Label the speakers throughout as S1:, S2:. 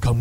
S1: Come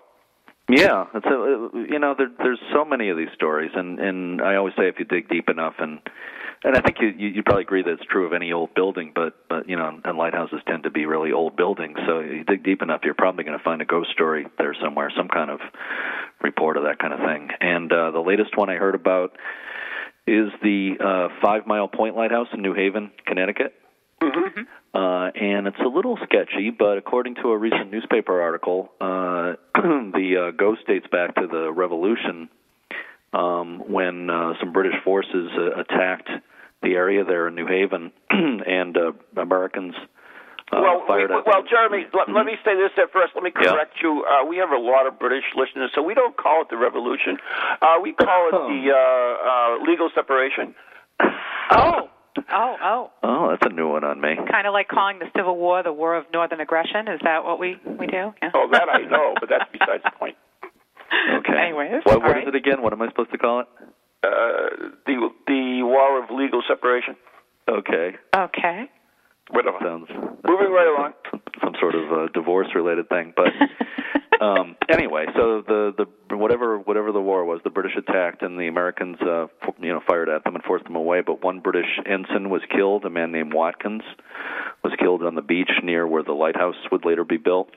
S2: Yeah, it's a, you know there, there's so many of these stories, and and I always say if you dig deep enough, and and I think you you you probably agree that it's true of any old building, but but you know and lighthouses tend to be really old buildings, so you dig deep enough, you're probably going to find a ghost story there somewhere, some kind of report of that kind of thing. And uh, the latest one I heard about is the uh, Five Mile Point Lighthouse in New Haven, Connecticut. Uh, and it's a little sketchy, but according to a recent newspaper article, uh, the uh, ghost dates back to the Revolution um, when uh, some British forces uh, attacked the area there in New Haven, and uh, Americans uh,
S3: well,
S2: fired
S3: we,
S2: up. Mm-hmm.
S3: well, Jeremy, let, let me say this at first. Let me
S2: Yeah.
S3: correct you. Uh, we have a lot of British listeners, so we don't call it the revolution. Uh, we call
S2: Oh.
S3: it the uh, uh, legal separation.
S4: Oh, oh, oh.
S2: oh, that's a new one on me.
S4: Kind of like calling the Civil War the War of Northern Aggression. Is that what we we do? Yeah.
S3: Oh, that I know, but that's besides the point.
S2: Okay.
S4: Anyways,
S2: what,
S4: all
S2: what is
S4: right.
S2: it again? What am I supposed to call it?
S3: Uh, the the war of legal separation.
S2: Okay.
S4: Okay.
S3: Whatever.
S2: Sounds
S3: Moving right along.
S2: some sort of uh, divorce-related thing, but um, anyway, so the the whatever whatever the war was, the British attacked and the Americans, uh, f- you know, fired at them and forced them away. But one British ensign was killed. A man named Watkins was killed on the beach near where the lighthouse would later be built.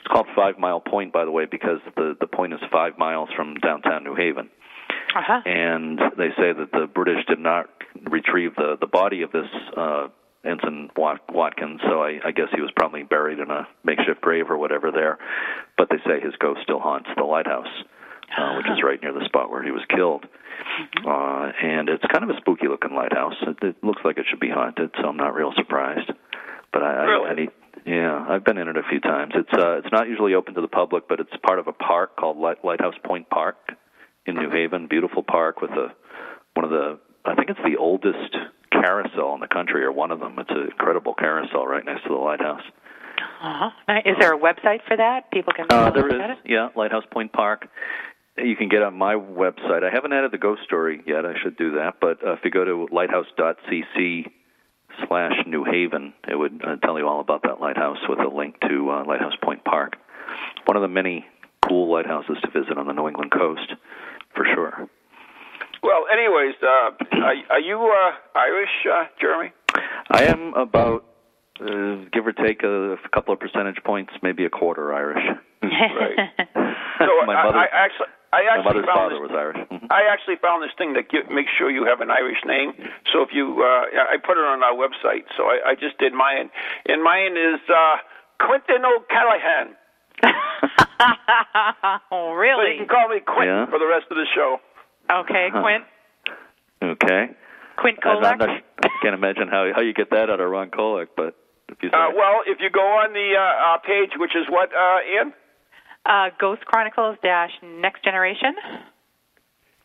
S2: It's called Five Mile Point, by the way, because the the point is five miles from downtown New Haven
S4: Uh-huh.
S2: and they say that the British did not retrieve the the body of this uh, ensign Wat- Watkins. So I, I guess he was probably buried in a makeshift grave or whatever there. But they say his ghost still haunts the lighthouse, uh, which is right near the spot where he was killed. Uh, and it's kind of a spooky looking lighthouse. It, it looks like it should be haunted, so I'm not real surprised. But I,
S3: Really?
S2: I, I need yeah, I've been in it a few times. It's uh, it's not usually open to the public, but it's part of a park called Light- Lighthouse Point Park in New Haven. Beautiful park with a one of the I think it's the oldest carousel in the country, or one of them. It's an incredible carousel right next to the lighthouse.
S4: Uh-huh. Is there a website for that? People can
S2: Uh,
S4: look
S2: there
S4: at
S2: is, yeah, Lighthouse Point Park. You can get on my website. I haven't added the ghost story yet. I should do that. But uh, if you go to lighthouse.cc slash New Haven, it would uh, tell you all about that lighthouse with a link to uh, Lighthouse Point Park. One of the many cool lighthouses to visit on the New England coast, for sure.
S3: Well, anyways, uh, are, are you uh, Irish, uh, Jeremy?
S2: I am about, uh, give or take, a, couple of percentage points, maybe a quarter Irish.
S3: Right. So
S2: my mother,
S3: I, I actually, I
S2: my
S3: actually
S2: mother's
S3: found
S2: father
S3: this,
S2: was Irish. Mhm.
S3: I actually found this thing that give, makes sure you have an Irish name. So if you, uh, I put it on our website. So I, I just did mine, and mine is uh, Quentin O'Callahan.
S4: oh,
S3: So you
S4: really?
S3: can call me Quentin Uh-huh.
S2: Yeah.
S3: for the rest of the show.
S4: Okay,
S2: Huh.
S4: Quint.
S2: Okay.
S4: Quint
S2: I, I'm
S4: Kolak.
S2: not, I can't imagine how how you get that out of Ron Kolak, but if you say,
S3: Uh, well, if you go on the uh, uh, page, which is what, uh, Ian,
S4: Uh, Ghost Chronicles dash Next Generation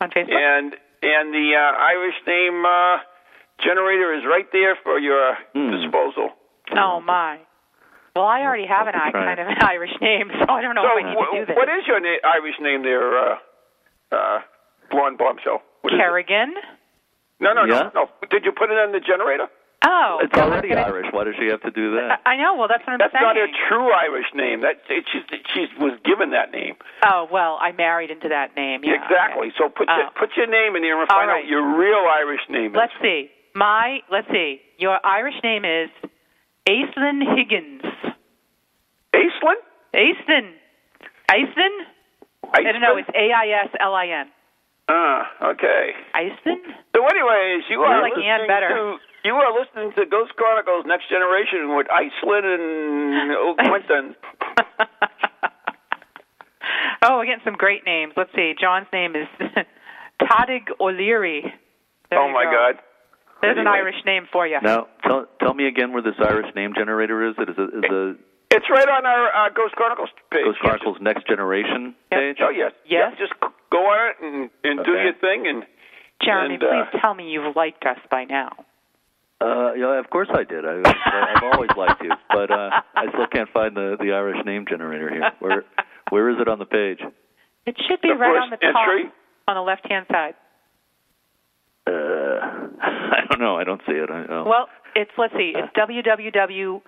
S4: on Facebook.
S3: and and the uh, Irish name uh, generator is right there for your
S2: Hmm.
S3: disposal.
S4: Oh my. Well, I already have an I
S2: Try it.
S4: kind of an Irish name, so I don't know
S3: so,
S4: if I need to do
S3: wh-
S4: this.
S3: what is your na- Irish name there, uh, uh, blonde bombshell? What is it?
S4: Kerrigan?
S3: No, no,
S2: Yeah?
S3: no, no. Did you put it on the generator?
S4: Oh,
S2: it's
S4: no, I was
S2: already
S4: gonna-
S2: Irish. Why does she have to do that?
S4: I I know. Well, that's what I'm
S3: That's not
S4: saying.
S3: her true Irish name. That it, she, she was given that name.
S4: oh well, I married into that name. Yeah,
S3: exactly.
S4: okay.
S3: So put your,
S4: Oh.
S3: put your name in there and
S4: All
S3: find out
S4: right.
S3: what your real Irish name is.
S4: Let's see. My let's see. Your Irish name is Aislinn Higgins.
S3: Aislinn?
S4: Aislinn. Aislinn? I don't know. It's A I S L I N.
S3: Uh, okay.
S4: Aislinn.
S3: So, anyways, you
S4: I
S3: are
S4: like
S3: listening
S4: Ian better.
S3: to you are listening to Ghost Chronicles: Next Generation with Iceland and oh, Quentin.
S4: oh, we're getting some great names. Let's see. John's name is Tadig O'Leary. There
S3: oh
S4: you
S3: my
S4: go.
S3: God!
S4: There's an
S2: Anyway.
S4: Irish name for you.
S2: Now, tell tell me again where this Irish name generator is. It is a, is a
S3: It's right on our uh, Ghost Chronicles page.
S2: Ghost Chronicles Next Generation
S4: Yep.
S2: page.
S3: Oh yes.
S4: Yes.
S3: Yeah, just go on it and, and do
S2: Okay.
S3: your thing and.
S4: Jeremy,
S3: and, uh,
S4: please tell me you've liked us by now.
S2: Uh, yeah, of course I did. I, I, I've always liked you, but uh, I still can't find the the Irish name generator here. Where where is it on the page?
S4: It should be
S3: The
S4: right
S3: first
S4: on the top
S3: entry?
S4: on the left hand side.
S2: Uh, I don't know. I don't see it. I, oh.
S4: Well, it's let's see, it's www.blogthing.com.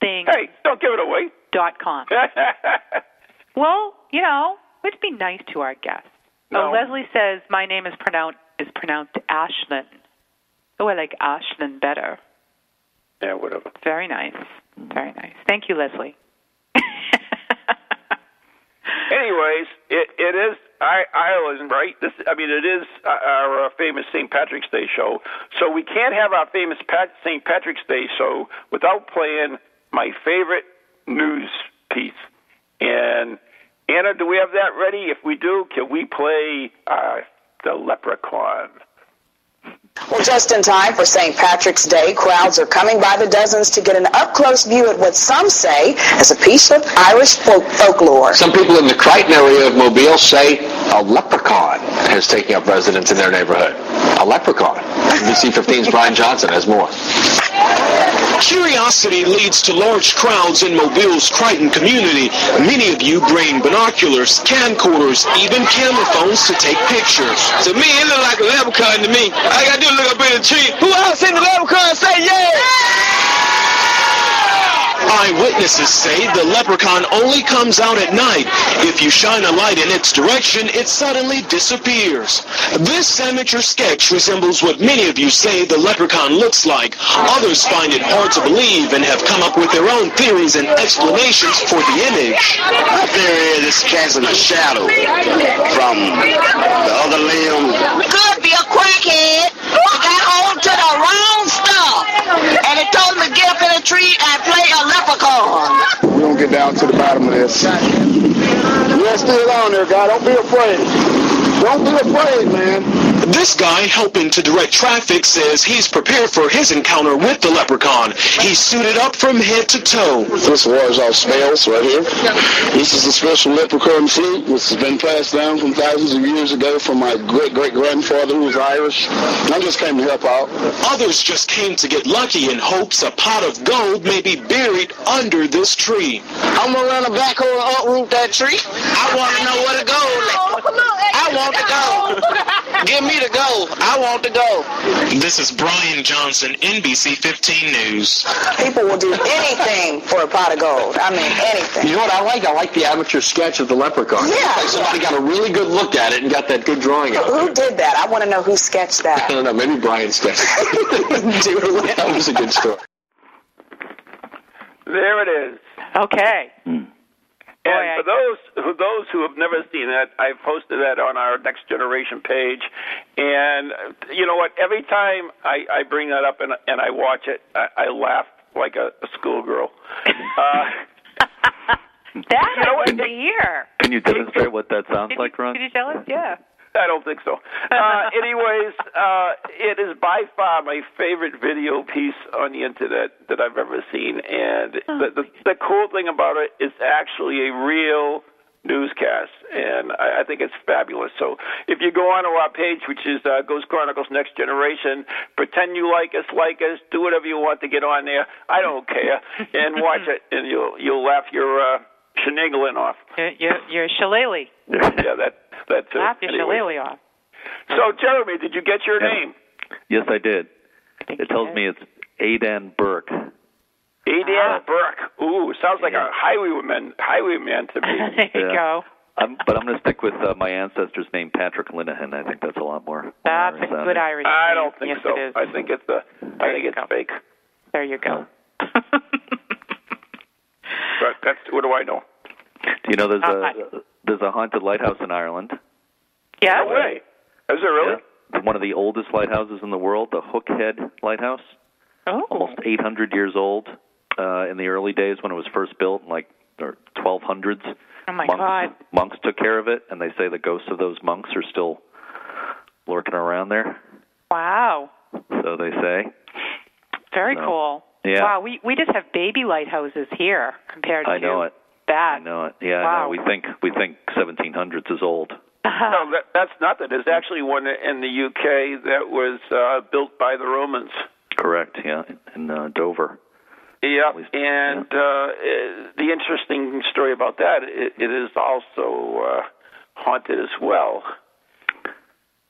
S3: Hey, don't give it away.
S4: Well, you know, it'd be nice to our guests.
S3: No.
S4: Oh, Leslie says my name is pronounced is pronounced Ashlyn. Oh, I like Ashlyn better.
S3: yeah, whatever.
S4: Very nice. Very nice. Thank you, Leslie.
S3: Anyways, it it is I, Ireland, right? This I mean, it is uh, our uh, famous St. Patrick's Day show, so we can't have our famous Pat, St. Patrick's Day show without playing my favorite news piece. And Anna, do we have that ready? If we do, can we play uh, the Leprechaun?
S5: Well, just in time for St. Patrick's Day, crowds are coming by the dozens to get an up-close view at what some say is a piece of Irish folk- folklore.
S6: Some people in the Crichton area of Mobile say a leprechaun is taking up residence in their neighborhood. A leprechaun. NBC 15's Brian Johnson has more.
S7: Curiosity leads to large crowds in Mobile's Crichton community. Many of you bring binoculars, camcorders, even camera phones to take pictures.
S8: To me, it look like a leprechaun to me. All I gotta do is look up in the tree. Who else seen the leprechaun? Say yeah!
S7: Eyewitnesses say the leprechaun only comes out at night. If you shine a light in its direction, it suddenly disappears. This amateur sketch resembles what many of you say the leprechaun looks like. Others find it hard to believe and have come up with their own theories and explanations for the image.
S6: My theory is it's casting a shadow from the other limb.
S5: Could be a crackhead that got hold to the wrong stuff, and it told him to get up in a tree and play a leprechaun.
S6: We're going to get down to the bottom of this. You're still on there, guy. Don't be afraid. Don't be afraid, man.
S7: This guy helping to direct traffic says he's prepared for his encounter with the leprechaun. He's suited up from head to toe.
S6: This wars off spells right here. This is a special leprechaun flute which has been passed down from thousands of years ago from my great-great-grandfather who was Irish. And I just came to help out.
S7: Others just came to get lucky in hopes a pot of gold may be buried under this tree.
S5: I'm gonna run a backhoe and uproot that tree. I want to know where to go. I want to go. Give me the go. I want to go.
S7: This is Brian Johnson, NBC 15 News.
S9: People will do anything for a pot of gold. I mean, anything.
S10: You know what I like? I like the amateur sketch of the leprechaun.
S9: Yeah.
S10: Like somebody got a really good look at it and got that good drawing out
S9: Who did that? I want to know who sketched that.
S10: I don't know. Maybe Brian sketched it. Dude, that was a good story.
S3: There it is.
S4: Okay.
S3: And for those who those who have never seen that, I've posted that on our Next Generation page. And uh, you know what? Every time I, I bring that up and and I watch it, I, I laugh like a, a schoolgirl. Uh,
S4: That
S3: You know
S4: I
S3: what?
S4: need to hear.
S2: Can you demonstrate what that sounds
S4: Did
S2: like,
S4: you,
S2: Ron?
S4: did you tell us? Yeah.
S3: I don't think so. Uh, anyways, uh, it is by far my favorite video piece on the internet that I've ever seen, and
S4: Oh.
S3: the, the the cool thing about it is actually a real newscast, and I, I think it's fabulous. So if you go onto our page, which is uh, Ghost Chronicles Next Generation, pretend you like us, like us, do whatever you want to get on there. I don't care, and watch it, and you'll you'll laugh your uh, shenanigans off.
S4: Your, your, your shillelagh.
S3: Yeah, that that's it.
S4: Laugh your
S3: Anyways.
S4: shillelagh off.
S3: So, Jeremy, did you get your
S2: Yeah.
S3: name?
S2: Yes, I did.
S4: I think
S2: It
S4: you
S2: tells
S4: did.
S2: me it's Adan Burke.
S3: Adrian
S4: Ah.
S3: Burke. Ooh, sounds like a
S2: Yeah.
S3: highwayman, highwayman to me.
S4: there you
S2: Yeah.
S4: go.
S2: I'm, but I'm going to stick with uh, my ancestor's name, Patrick Linehan. I think that's a lot more.
S4: That's
S2: more
S4: a
S2: sounding.
S4: good Irish.
S3: I
S4: name.
S3: don't think
S4: yes,
S3: so.
S4: It is.
S3: I think it's a. I
S4: There
S3: think
S4: you
S3: it's
S4: go.
S3: fake.
S4: There you go.
S3: But that's what do I know?
S2: Do You know, there's
S4: Uh,
S2: a there's a haunted lighthouse in Ireland.
S4: yeah.
S3: No way. Is it really?
S2: Yeah. One of the oldest lighthouses in the world, the Hook Head Lighthouse,
S4: Oh.
S2: almost 800 years old. Uh, in the early days when it was first built, in like or 1200s,
S4: Oh my
S2: monks,
S4: God.
S2: monks took care of it, and they say the ghosts of those monks are still lurking around there.
S4: Wow.
S2: So they say.
S4: Very
S2: So,
S4: cool.
S2: yeah.
S4: Wow. We we just have baby lighthouses here compared
S2: I
S4: to
S2: know it.
S4: that.
S2: I know it. Yeah, I
S4: Wow.
S2: know. we think we think 1700s is old.
S3: No, that, that's not that. There's actually one in the UK that was uh, built by the Romans.
S2: Correct. Yeah, in uh, Dover.
S3: Yep.
S2: least-
S3: And uh, it- the interesting story about that, it, it is also uh, haunted as well.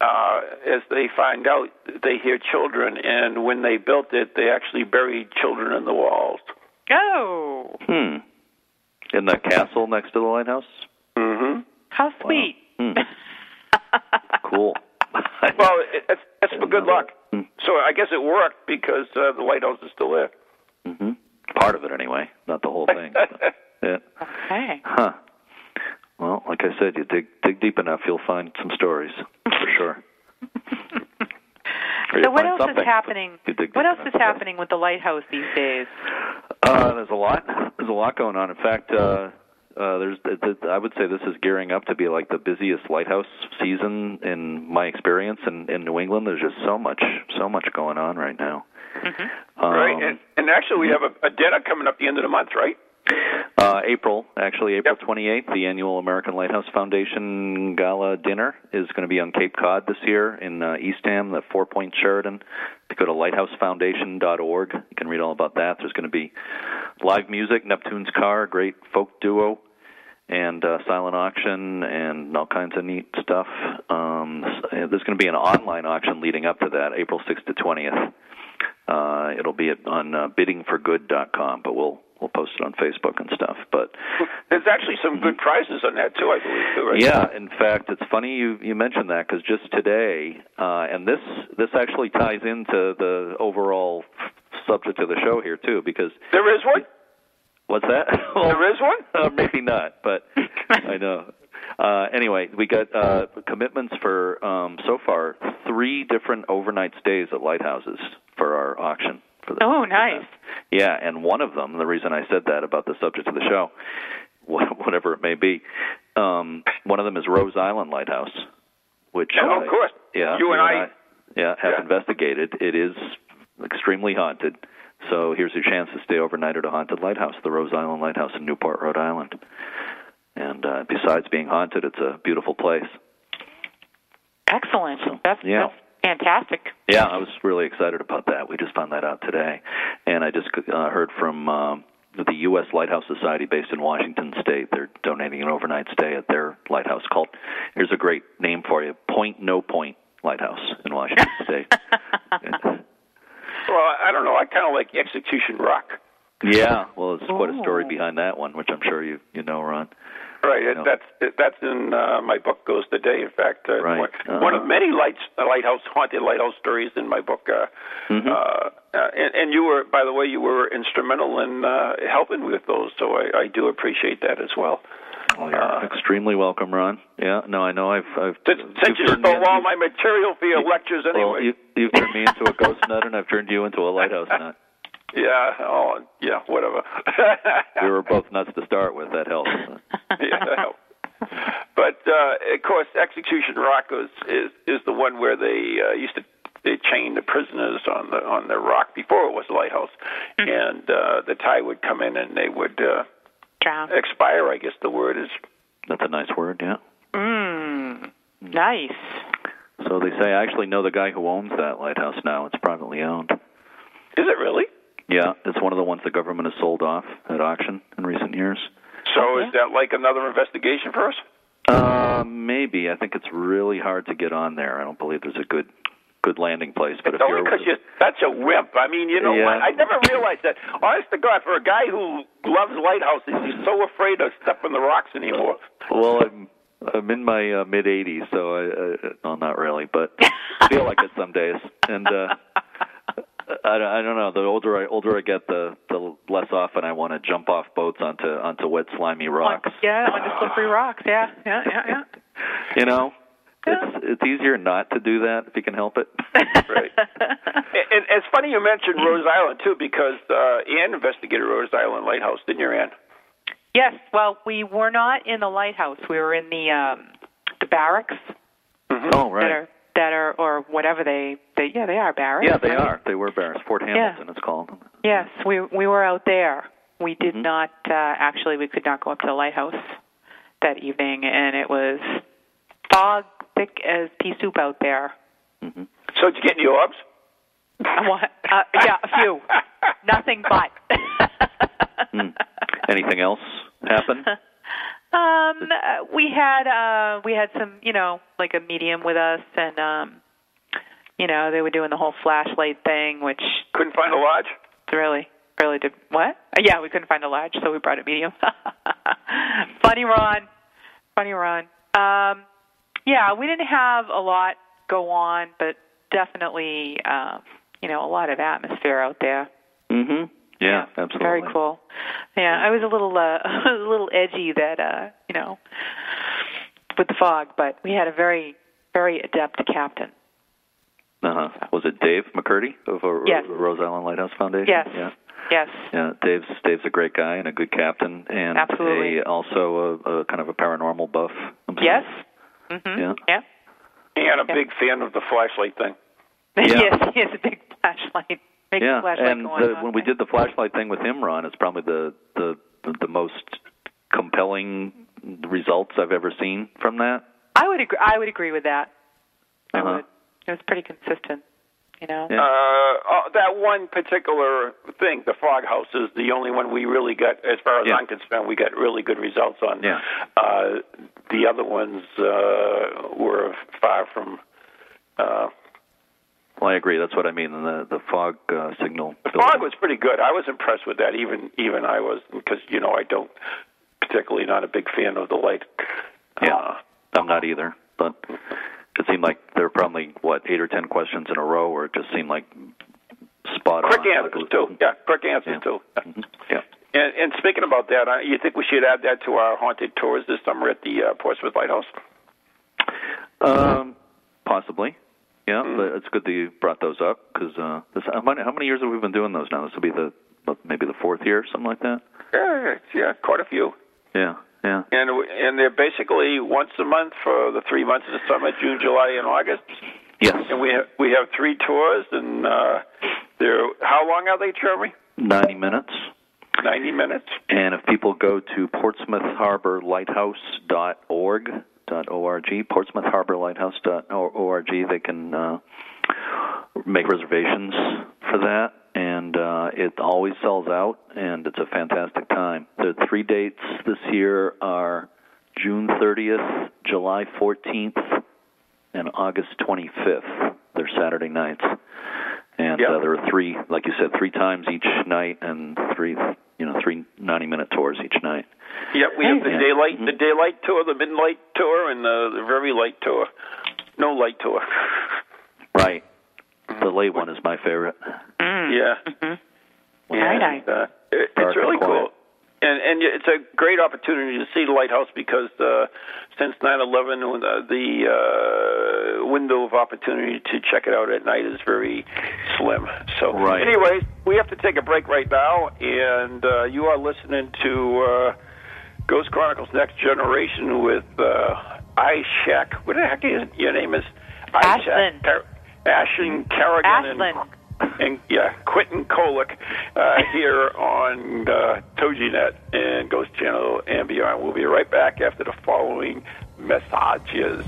S3: Uh, as they find out, they hear children, and when they built it, they actually buried children in the walls.
S4: Oh.
S2: Hmm. In the castle next to the lighthouse.
S3: hmm
S4: How sweet.
S2: Hmm. Cool.
S3: Well, Oh, it, it's, it's for good luck. So I guess it worked because uh, the lighthouse is still there.
S2: hmm Part of it, anyway. Not the whole thing. but- yeah.
S4: Okay.
S2: Huh. Well, like I said, you dig dig deep enough, you'll find some stories for sure. Or
S4: So
S2: you'll
S4: what
S2: find
S4: else
S2: something
S4: is
S2: if
S4: happening?
S2: you dig
S4: What
S2: deep
S4: else
S2: enough,
S4: is
S2: yeah.
S4: happening with the lighthouse these days?
S2: Uh, there's a lot. There's a lot going on. In fact, uh, uh, there's. th- th- I would say this is gearing up to be like the busiest lighthouse season in my experience in, in New England. There's just so much, so much going on right now. Um,
S3: right. And, and actually, we have a, a dinner coming up the end of the month, right?
S2: Uh, April, actually, April 28th, the annual American Lighthouse Foundation Gala Dinner is going to be on Cape Cod this year in uh, Eastham, the Four Point Sheridan. If you go to lighthousefoundation.org, you can read all about that. There's going to be live music, Neptune's Car, great folk duo, and uh, silent auction and all kinds of neat stuff. Um, s- uh, there's going to be an online auction leading up to that, April 6th to 20th. Uh, it'll be at, on uh, biddingforgood.com, but we'll we'll post it on Facebook and stuff. But
S3: There's actually some good prizes on that too, I believe. Too, right?
S2: Hmm. yeah, in fact, it's funny you you mentioned that because just today, uh, and this this actually ties into the overall subject of the show here too, because
S3: there is one.
S2: What's that?
S3: there is one.
S2: Uh, maybe not, but I know. Uh, anyway, we got uh, commitments for um, so far three different overnight stays at lighthouses for our auction. For the,
S4: Oh, nice.
S2: yeah, and one of them, the reason I said that about the subject of the show, wha- whatever it may be, um, one of them is Rose Island Lighthouse, which
S3: Oh,
S2: I-
S3: of course.
S2: yeah,
S3: You and I-
S2: yeah, have investigated. It is extremely haunted. So here's your chance to stay overnight at a haunted lighthouse, the Rose Island Lighthouse in Newport, Rhode Island. And uh, besides being haunted, it's a beautiful place.
S11: Excellent. That's
S2: Yeah.
S11: fantastic.
S2: Yeah, I was really excited about that. We just found that out today, and I just uh, heard from um, the U.S. Lighthouse Society based in Washington State. They're donating an overnight stay at their lighthouse called. Here's a great name for you: Point No Point Lighthouse in Washington State.
S3: Well, I I don't know. I kind of like Execution Rock.
S2: yeah, well, it's quite a story behind that one, which I'm sure you you know, Ron.
S3: Right. it-
S2: Yeah.
S3: That's that's in uh, my book goes today. In fact, uh,
S2: Right.
S3: one,
S2: Uh-huh.
S3: one of many lights, uh, lighthouse haunted lighthouse stories in my book. Uh,
S2: Mm-hmm.
S3: uh, uh, and, and you were, by the way, you were instrumental in uh, helping with those. So I, I do appreciate that as well.
S2: Oh, you're extremely welcome, Ron. Yeah, no, I know. I've I've
S3: Since you
S2: you've turned me
S3: stole
S2: in-
S3: all my material for your lectures, anyway.
S2: well, you, you've turned me into a ghost nut, and I've turned you into a lighthouse nut.
S3: Yeah. Oh, yeah. Whatever.
S2: We were both nuts to start with. That helps.
S3: yeah. But uh, of course, Execution Rock is is, is the one where they uh, used to they chained the prisoners on the on the rock before it was a lighthouse, and uh, the tide would come in and they would uh,
S11: drown.
S3: expire. I guess the word is
S2: That's a nice word. Yeah.
S11: Mm. Nice.
S2: So they say. I actually know the guy who owns that lighthouse now. It's privately owned.
S3: is it really?
S2: Yeah, it's one of the ones the government has sold off at auction in recent years.
S3: So is that like another investigation for us?
S2: Uh, maybe. I think it's really hard to get on there. I don't believe there's a good good landing place. But if
S3: Only
S2: you're
S3: because you're such a wimp. I mean, you know
S2: Yeah.
S3: what? I never realized that. Honest to God, for a guy who loves lighthouses, he's so afraid of stepping the rocks anymore.
S2: well, I'm I'm in my uh, mid 80s, so I, I well, not really, but I feel like it some days. And uh, I, don't- I don't know. The older I older I get, the the less often I want to jump off boats onto onto wet slimy rocks.
S4: Yeah, on the slippery rocks. Yeah, yeah, yeah, yeah.
S2: You know, it's it's easier not to do that if you can help it.
S3: And, and it's funny you mentioned Rose Island too, because uh, Ann investigated Rose Island Lighthouse, didn't you, Ann?
S4: Yes. Well, we were not in the lighthouse. We were in the um, the barracks
S2: Oh
S4: that
S2: right,
S4: are that are or whatever they they yeah they are barracks.
S2: yeah, they are. They were barracks. Fort Hamilton, it's called.
S4: Yes, we we were out there. We did
S2: Mm-hmm.
S4: not uh, actually. We could not go up to the lighthouse that evening, and it was fog thick as pea soup out there.
S3: So did you get any orbs?
S4: What? Uh, yeah, a few. Nothing but.
S2: Hmm. Anything else happen?
S4: Um, uh, we had uh, we had some, you know, like a medium with us, and um, you know, they were doing the whole flashlight thing, which
S3: couldn't find a lodge.
S4: Really, really did what? Uh, Yeah, we couldn't find a lodge, so we brought a medium. Funny Ron, funny Ron. Um, yeah, we didn't have a lot go on, but definitely, um, you know, a lot of atmosphere out there.
S2: Mm-hmm. Yeah, absolutely.
S4: Very cool. Yeah, I was a little uh, a little edgy that uh, you know with the fog, but we had a very very adept captain.
S2: Uh huh. Was it Dave McCurdy of uh,
S4: Yes.
S2: Rose Island Lighthouse Foundation?
S4: Yes.
S2: Yeah.
S4: Yes.
S2: Yeah, Dave's Dave's a great guy and a good captain, and
S4: Absolutely.
S2: a, also a, a kind of a paranormal buff. himself.
S4: Yes. Mhm.
S2: Yeah.
S4: Yeah.
S3: And a big fan of the flashlight thing.
S2: Yeah.
S4: yes, he has a big flashlight. Big
S2: yeah,
S4: flashlight
S2: and
S4: going
S2: the,
S4: on.
S2: when we did the flashlight thing with him, Ron, it's probably the the the most compelling results I've ever seen from that.
S4: I would agree. I would agree with that.
S2: Uh-huh.
S4: It was pretty consistent. You know.
S3: Uh, uh, that one particular thing, the fog house, is the only one we really got, as far as I'm concerned, we got really good results on.
S2: Yeah.
S3: Uh, the other ones uh, were far from. Uh,
S2: Well, I agree. That's what I mean. The the fog uh, signal.
S3: fog was pretty good. I was impressed with that. Even even I was because you know I don't particularly not a big fan of the light. uh,
S2: Yeah, I'm not either. But it seemed like there were probably what eight or ten questions in a row, or it just seemed like spot
S3: Quick
S2: on. Mm-hmm.
S3: answers too. Yeah, quick answers too.
S2: Yeah.
S3: And, and speaking about that, uh, you think we should add that to our haunted tours this summer at the uh, Portsmouth Lighthouse?
S2: Um, possibly. Yeah,
S3: Mm-hmm.
S2: but it's good that you brought those up because uh, this how many, how many years have we been doing those now? This will be the maybe the fourth year, something like that.
S3: Yeah, yeah, quite a few.
S2: Yeah, yeah.
S3: And w- and they're basically once a month for the three months of the summer, June, July, and August.
S2: Yes.
S3: And we have we have three tours, and uh, they're how long are they, Jeremy?
S2: Ninety minutes.
S3: Ninety minutes.
S2: And if people go to Portsmouth Harbor Lighthouse dot org dot org Portsmouth Harbor Lighthouse dot org, they can uh, make reservations for that, and uh, it always sells out, and it's a fantastic time. The three dates this year are June 30th, July 14th, and August 25th. They're Saturday nights, and uh, there are three, like you said, three times each night, and three, you know, three 90-minute tours each night.
S3: Yeah, we have the
S2: Yeah.
S3: daylight, the daylight tour, the midnight tour, and the, the very light tour. No light tour.
S2: Right. The late one is my favorite.
S3: Yeah.
S2: Very
S3: And,
S2: nice.
S3: uh, it,
S2: Dark
S3: it's really
S2: and quiet.
S3: cool. And and it's a great opportunity to see the lighthouse because uh, since 9/11, when, uh, the uh, window of opportunity to check it out at night is very slim. So,
S2: Right.
S3: anyways, we have to take a break right now, and uh, you are listening to uh, Ghost Chronicles: Next Generation with uh, Ishak. What the heck is your name? Is Ishak
S4: Ashlyn.
S3: Car- Ashlyn Kerrigan and
S4: Ashlyn.
S3: and yeah, Quentin Kolick uh, here on uh, TojiNet and Ghost Channel and beyond. We'll be right back after the following messages.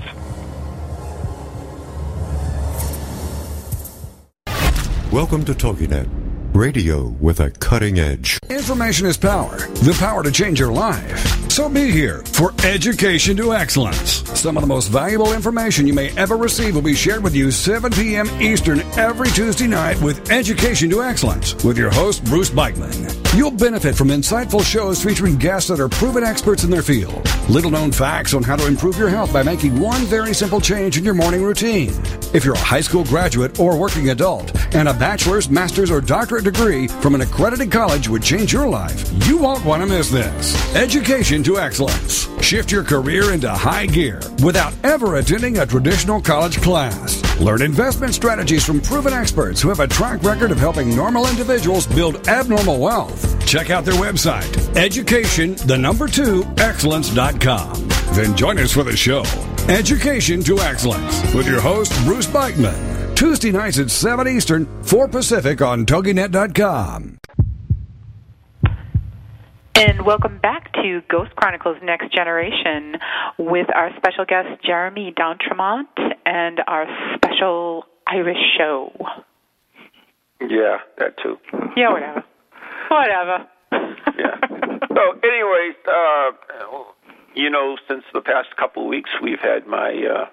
S12: Welcome to TogiNet, radio with a cutting edge.
S7: Information is power, the power to change your life. So be here for Education to Excellence. Some of the most valuable information you may ever receive will be shared with you 7 p.m. Eastern every Tuesday night with Education to Excellence with your host, Bruce Beichman. You'll benefit from insightful shows featuring guests that are proven experts in their field. Little known facts on how to improve your health by making one very simple change in your morning routine. If you're a high school graduate or working adult and a bachelor's, master's, or doctorate degree from an accredited college would change your life, you won't want to miss this. Education to excellence. Shift your career into high gear without ever attending a traditional college class. Learn investment strategies from proven experts who have a track record of helping normal individuals build abnormal wealth. Check out their website, education, the number two, excellence.com. Then join us for the show, Education to Excellence, with your host, Bruce Beichman. Tuesday nights at 7 Eastern, 4 Pacific on TogiNet.com.
S4: And welcome back to Ghost Chronicles Next Generation with our special guest Jeremy Downtremont and our special Irish show.
S3: Yeah, that too.
S4: Yeah, whatever. whatever.
S3: Yeah. so, anyways, uh, you know, since the past couple of weeks, we've had my uh,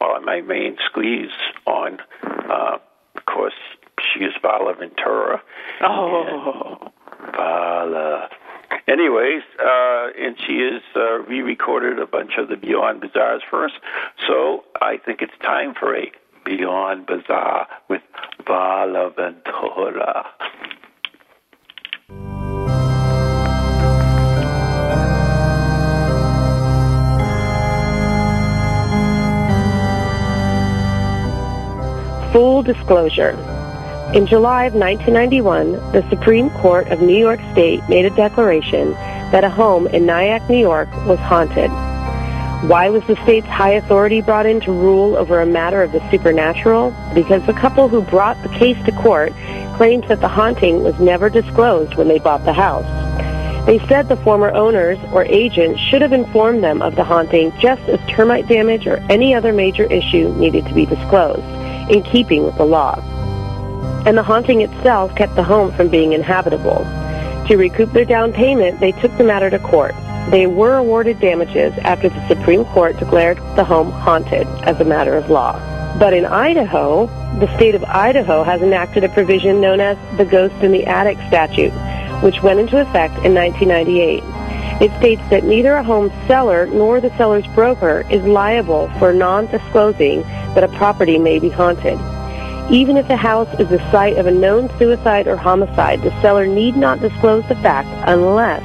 S3: well, my main squeeze on. Uh, of course, she is Vala Ventura.
S4: Oh.
S3: Vala. Anyways, uh, and she has uh, re-recorded a bunch of the Beyond Bazaars for us, so I think it's time for a Beyond Bazaar with Vala Ventura.
S6: Full disclosure. In July of 1991, the Supreme Court of New York State made a declaration that a home in Nyack, New York was haunted. Why was the state's high authority brought in to rule over a matter of the supernatural? Because the couple who brought the case to court claimed that the haunting was never disclosed when they bought the house.
S7: They said the former owners or agent should have informed them of the haunting just as termite damage or any other major issue needed to be disclosed, in keeping with the law. And the haunting itself kept the home from being inhabitable. To recoup their down payment, they took the matter to court. They were awarded damages after the Supreme Court declared the home haunted as a matter of law. But in Idaho, the state of Idaho has enacted a provision known as the Ghost in the Attic Statute, which went into effect in 1998. It states that neither a home seller nor the seller's broker is liable for non-disclosing that a property may be haunted. Even if the house is the site of a known suicide or homicide, the seller need not disclose the fact unless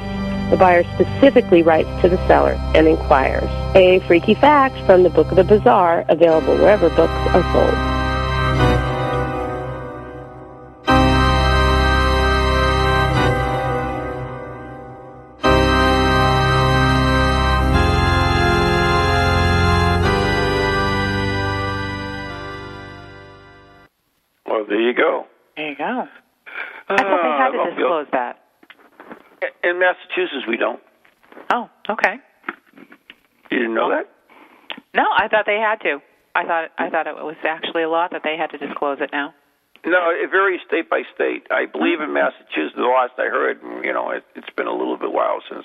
S7: the buyer specifically writes to the seller and inquires. A freaky fact from the Book of the Bazaar, available wherever books are sold.
S3: Well, there you go.
S4: There you go. I thought they had
S3: Uh,
S4: to
S3: I don't feel-
S4: disclose that.
S3: In Massachusetts, we don't.
S4: Oh, okay.
S3: You didn't know that?
S4: No, I thought they had to. I thought I thought it was actually a law that they had to disclose it now.
S3: No, it varies state by state. I believe in Massachusetts, the last I heard, you know, it, it's been a little bit while since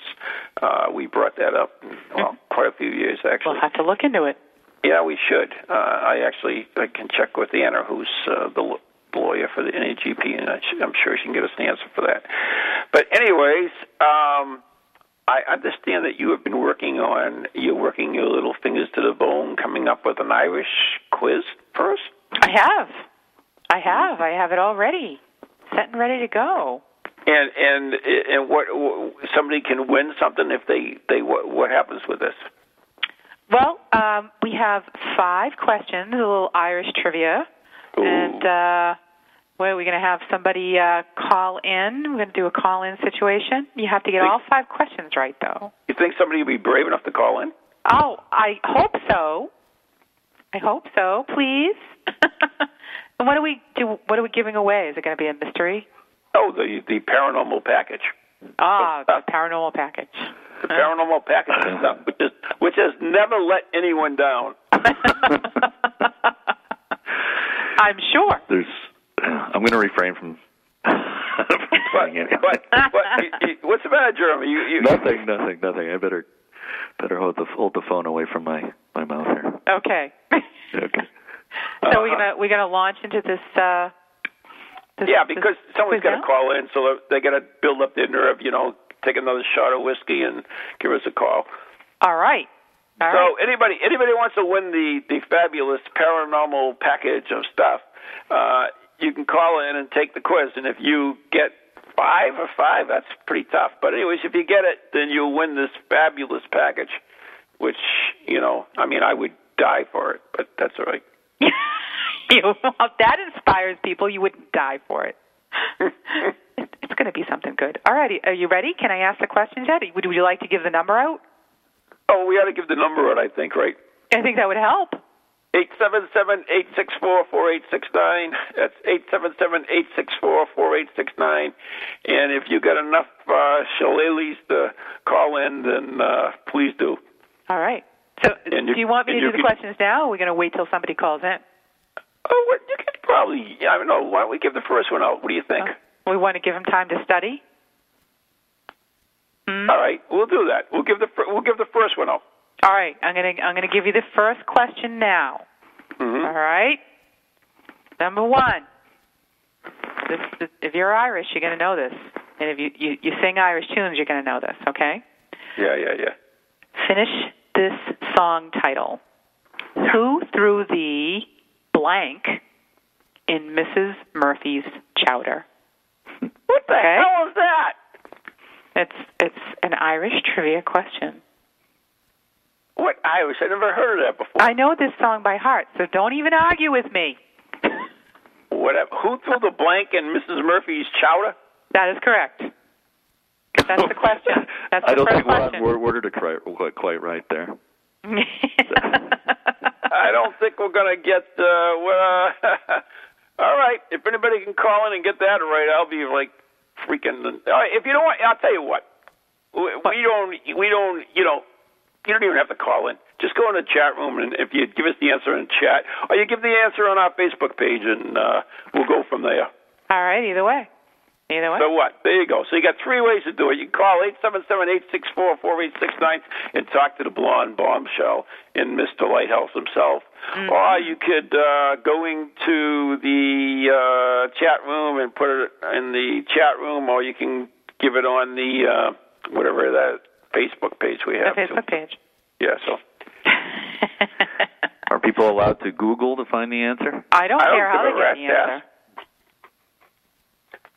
S3: uh, we brought that up. Well, quite a few years actually.
S4: We'll have to look into it.
S3: Yeah, we should. Uh, I actually I can check with Anna, who's uh, the l- lawyer for the NAGP, and I sh- I'm sure she can get us an answer for that. But anyways, um, I understand that you have been working on you're working your little fingers to the bone, coming up with an Irish quiz for us.
S4: I have. I have. I have it all ready. Set and ready to go.
S3: And and and what somebody can win something if they they what, what happens with this?
S4: Well, um, we have five questions, a little Irish trivia. And uh, well, we're going to have somebody uh, call in. We're going to do a call in situation. You have to get all five questions right, though.
S3: You think somebody would be brave enough to call in?
S4: Oh, I hope so. I hope so, please. and what are we do? What are we giving away? Is it going to be a mystery?
S3: Oh, the the paranormal package.
S4: Ah, the paranormal package.
S3: the paranormal package and stuff, which is which has never let anyone down.
S4: I'm sure.
S2: There's. I'm going to refrain from. from saying anything.
S3: But but you, you, what's the matter, Jeremy? You, you
S2: nothing, nothing, nothing. I better better hold the hold the phone away from my my mouth here.
S4: Okay.
S2: Okay.
S4: So
S3: Uh-huh.
S4: we're gonna we're gonna launch into this. Uh, this
S3: yeah, because someone's
S4: quiz
S3: got to
S4: now?
S3: call in, so they got to build up their nerve. You know, take another shot of whiskey and give us a call.
S4: All right. All
S3: so
S4: right.
S3: anybody anybody wants to win the the fabulous paranormal package of stuff, uh, you can call in and take the quiz, and if you get five or five, that's pretty tough. But anyways, if you get it, then you'll win this fabulous package, which you know, I mean, I would die for it, but that's all right.
S4: You- well, if that inspires people, you wouldn't die for it. it's going to be something good. All righty. Are you ready? Can I ask the questions yet? Would, would you like to give the number out?
S3: Oh, we ought to give the number out, I think, right?
S4: I think that would help.
S3: Eight seven seven eight six four four eight six nine. That's eight seven seven eight six four four eight six nine. And if you got enough uh, shillelaghs to call in, then uh, please do.
S4: All right. So
S3: And you-
S4: do you want me
S3: and
S4: to
S3: you
S4: do the
S3: can-
S4: questions now? Or are we going to wait till somebody calls in?
S3: Oh, what, you could probably. I don't know. Why don't we give the first one out? What do you think?
S4: We want to give them time to study. Hmm?
S3: All right, we'll do that. We'll give the fir- we'll give the first one out.
S4: All right. I'm going to I'm going to give you the first question now.
S3: Mm-hmm.
S4: All right. Number one. This, this, if you're Irish, you're going to know this. And if you, you, you sing Irish tunes, you're going to know this, okay?
S3: Yeah, yeah, yeah.
S4: Finish this song title Who threw the blank in Mrs. Murphy's chowder?
S3: What the
S4: Okay.
S3: hell is that?
S4: It's, it's an Irish trivia question.
S3: What Irish? I never heard of that before.
S4: I know this song by heart, so don't even argue with me.
S3: Whatever. Who threw the blank in Mrs. Murphy's chowder?
S4: That is correct. That's the question. That's
S2: I
S4: the
S2: don't
S4: first
S2: think we'll have
S4: question.
S2: word worded it quite, quite quite right there.
S3: I don't think we're gonna get. Uh, well, uh, all right, if anybody can call in and get that right, I'll be like freaking. All right, if you don't want, I'll tell you what. We, we don't. We don't. You know. You don't even have to call in. Just go in the chat room, and if you give us the answer in chat, or you give the answer on our Facebook page, and uh, we'll go from there.
S11: All right, either way. Either way.
S3: So what? There you go. So you got three ways to do it. You can call eight seven seven eight six four four eight six nine and talk to the blonde bombshell and Mr. Lighthouse himself.
S11: Mm-hmm.
S3: Or you could uh, go into the uh, chat room and put it in the chat room, or you can give it on the uh, whatever that Facebook page we have.
S11: the Facebook page.
S3: Yeah. So
S2: Are people allowed to Google to find the answer?
S11: I don't
S3: I don't
S11: care how
S3: give
S11: they get the
S3: a rat's
S11: answer.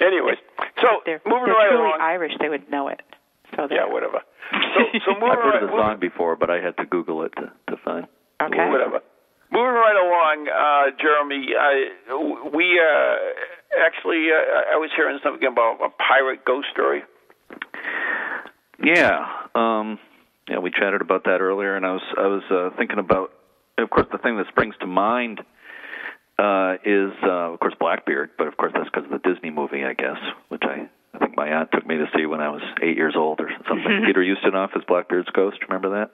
S3: Anyways, so moving
S11: They're
S3: right
S11: truly
S3: along.
S11: Irish, they would know it. So
S3: yeah, whatever. So, so moving
S2: I've heard
S3: right,
S2: of the song before, but I had to Google it to, to find.
S11: Okay.
S3: Whatever. Moving right along, uh, Jeremy, I, we uh, actually, uh, I was hearing something about a pirate ghost story.
S2: Yeah, um, yeah, we chatted about that earlier, and I was I was uh, thinking about, of course, the thing that springs to mind uh, is, uh, of course, Blackbeard. But of course, that's because of the Disney movie, I guess, which I I think my aunt took me to see when I was eight years old or something. Peter Ustinov as Blackbeard's ghost. Remember that?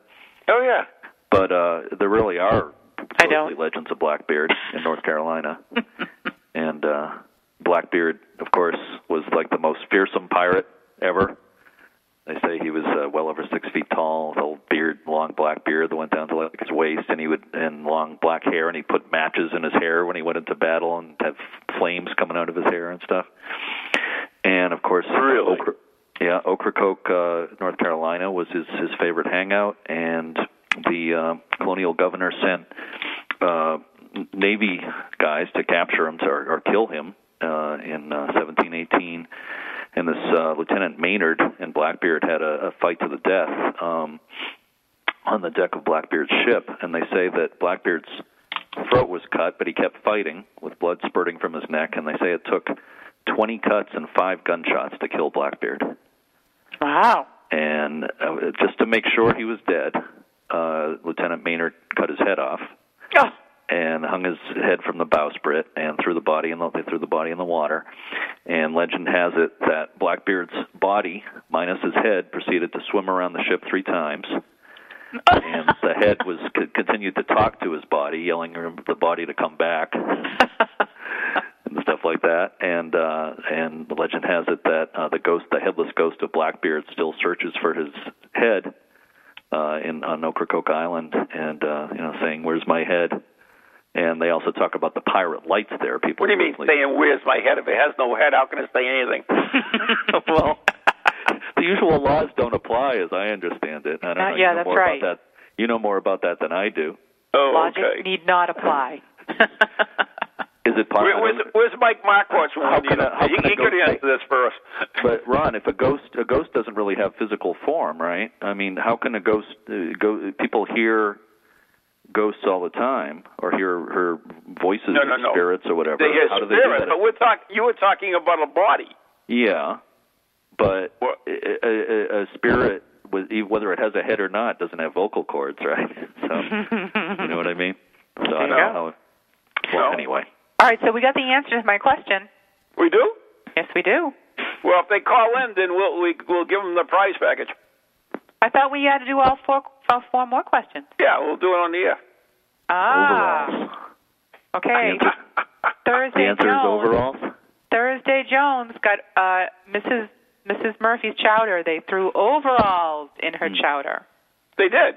S3: Oh yeah.
S2: But uh, there really are I don't. legends of Blackbeard in North Carolina, and uh, Blackbeard, of course, was like the most fearsome pirate ever. They say he was uh, well over six feet tall, with old beard, long black beard that went down to like his waist, and he would and long black hair, and he put matches in his hair when he went into battle, and had f- flames coming out of his hair and stuff. And of course, really? yeah, Ocracoke, uh, North Carolina, was his his favorite hangout, and the uh, colonial governor sent uh, navy guys to capture him or, or kill him uh, in uh, 1718. And this uh, Lieutenant Maynard and Blackbeard had a, a fight to the death um, on the deck of Blackbeard's ship, and they say that Blackbeard's throat was cut, but he kept fighting with blood spurting from his neck, and they say it took 20 cuts and five gunshots to kill Blackbeard
S11: Wow.
S2: and uh, just to make sure he was dead, uh, Lieutenant Maynard cut his head off and hung his head from the bowsprit and threw the body in the they threw the body in the water. And legend has it that Blackbeard's body, minus his head, proceeded to swim around the ship three times. and the head was c- continued to talk to his body, yelling for the body to come back and stuff like that. And uh, and the legend has it that uh, the ghost, the headless ghost of Blackbeard, still searches for his head uh, in on Ocracoke Island, and uh, you know, saying, "Where's my head?" And they also talk about the pirate lights there. People,
S3: What do you mean, saying where's my head? If it has no head, how can it say anything?
S2: well, the usual laws don't apply, as I understand it. I don't
S11: Uh, yeah,
S2: know. you know
S11: that's
S2: more
S11: right.
S2: About that. You know more about that than I do.
S3: Oh,
S11: Logic need not apply.
S2: Is it possible?
S3: Where, where's, where's Mike Marquardt from?
S2: How
S3: Indiana?
S2: can a- how
S3: he
S2: can a
S3: he could
S2: ghost-
S3: answer this for us.
S2: But Ron, if a ghost a ghost doesn't really have physical form, right? I mean, how can a ghost uh, go? People hear ghosts all the time, or hear her voices
S3: No, no,
S2: or
S3: no.
S2: spirits or whatever.
S3: They hear
S2: how do they
S3: spirit,
S2: do that?
S3: but we're talk, you were talking about a body.
S2: Yeah, but a, a, a spirit, with- e, whether it has a head or not, doesn't have vocal cords, right? So you know what I mean. So I
S11: There you
S2: don't know. how- Well, anyway.
S11: All right, so we got the answer to my question.
S3: We do?
S11: Yes, we do.
S3: Well, if they call in, then we'll we, we'll give them the prize package.
S11: I thought we had to do all four, all four more questions.
S3: Yeah, we'll do it on the air.
S11: Ah. Okay. Thursday
S2: The answer is
S11: Jones.
S2: overall.
S11: Thursday Jones got uh, Mrs. Mrs. Murphy's chowder. They threw overalls in
S3: Hmm.
S11: her chowder.
S3: They did.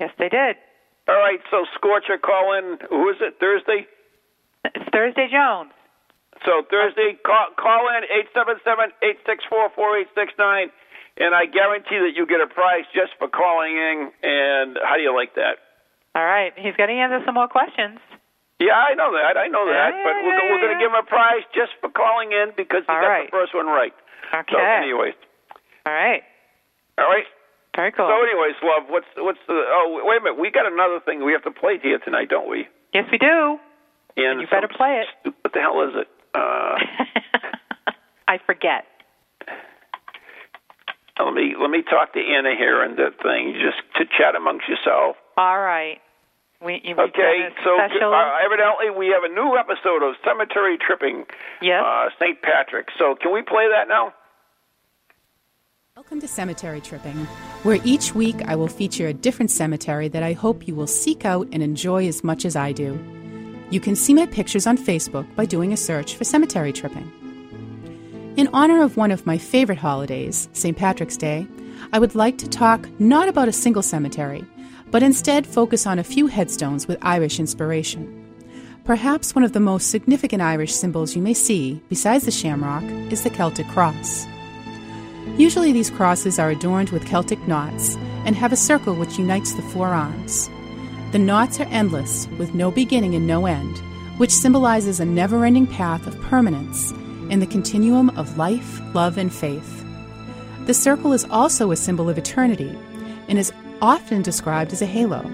S11: Yes, they did.
S3: All right, so Scorcher, call in. Who is it? Thursday.
S11: It's Thursday Jones.
S3: So Thursday, call, call in eight seven seven eight six four four eight six nine, and I guarantee that you get a prize just for calling in. And how do you like that?
S11: All right, he's going to answer some more questions.
S3: Yeah, I know that. I know that. But we're, go- we're going to give him a prize just for calling in because he
S11: Ah. All
S3: got
S11: right.
S3: the first one right.
S11: Okay.
S3: So, anyways,
S11: All right.
S3: all right.
S11: Very cool.
S3: So, anyways, love, what's what's the? Oh, wait a minute. We got another thing we have to play here tonight, don't we?
S11: Yes, we do.
S3: And
S11: You better play it.
S3: What the hell is it? Uh,
S11: I forget.
S3: let me let me talk to Anna here and that thing. Just to chat amongst yourself.
S11: All right. We, you we've
S3: Okay,
S11: done a
S3: so
S11: special.
S3: uh, evidently we have a new episode of Cemetery Tripping,
S11: yes.
S3: uh, St. Patrick. So can we play that now?
S7: Welcome to Cemetery Tripping, where each week I will feature a different cemetery that I hope you will seek out and enjoy as much as I do. You can see my pictures on Facebook by doing a search for Cemetery Tripping. In honor of one of my favorite holidays, St. Patrick's Day, I would like to talk not about a single cemetery, but instead focus on a few headstones with Irish inspiration. Perhaps one of the most significant Irish symbols you may see, besides the shamrock, is the Celtic cross. Usually, these crosses are adorned with Celtic knots and have a circle which unites the four arms. The knots are endless, with no beginning and no end, which symbolizes a never ending path of permanence in the continuum of life, love, and faith. The circle is also a symbol of eternity and is often described as a halo.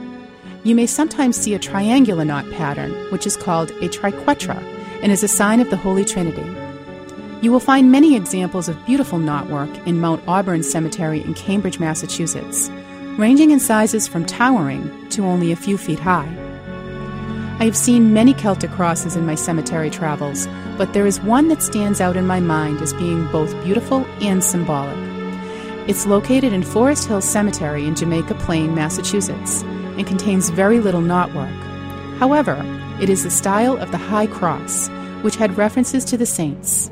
S7: You may sometimes see a triangular knot pattern, which is called a triquetra and is a sign of the Holy Trinity. You will find many examples of beautiful knotwork in Mount Auburn Cemetery in Cambridge, Massachusetts, ranging in sizes from towering to only a few feet high. I have seen many Celtic crosses in my cemetery travels, but there is one that stands out in my mind as being both beautiful and symbolic. It's located in Forest Hill Cemetery in Jamaica Plain, Massachusetts, and contains very little knotwork. However, it is the style of the High Cross, which had references to the saints.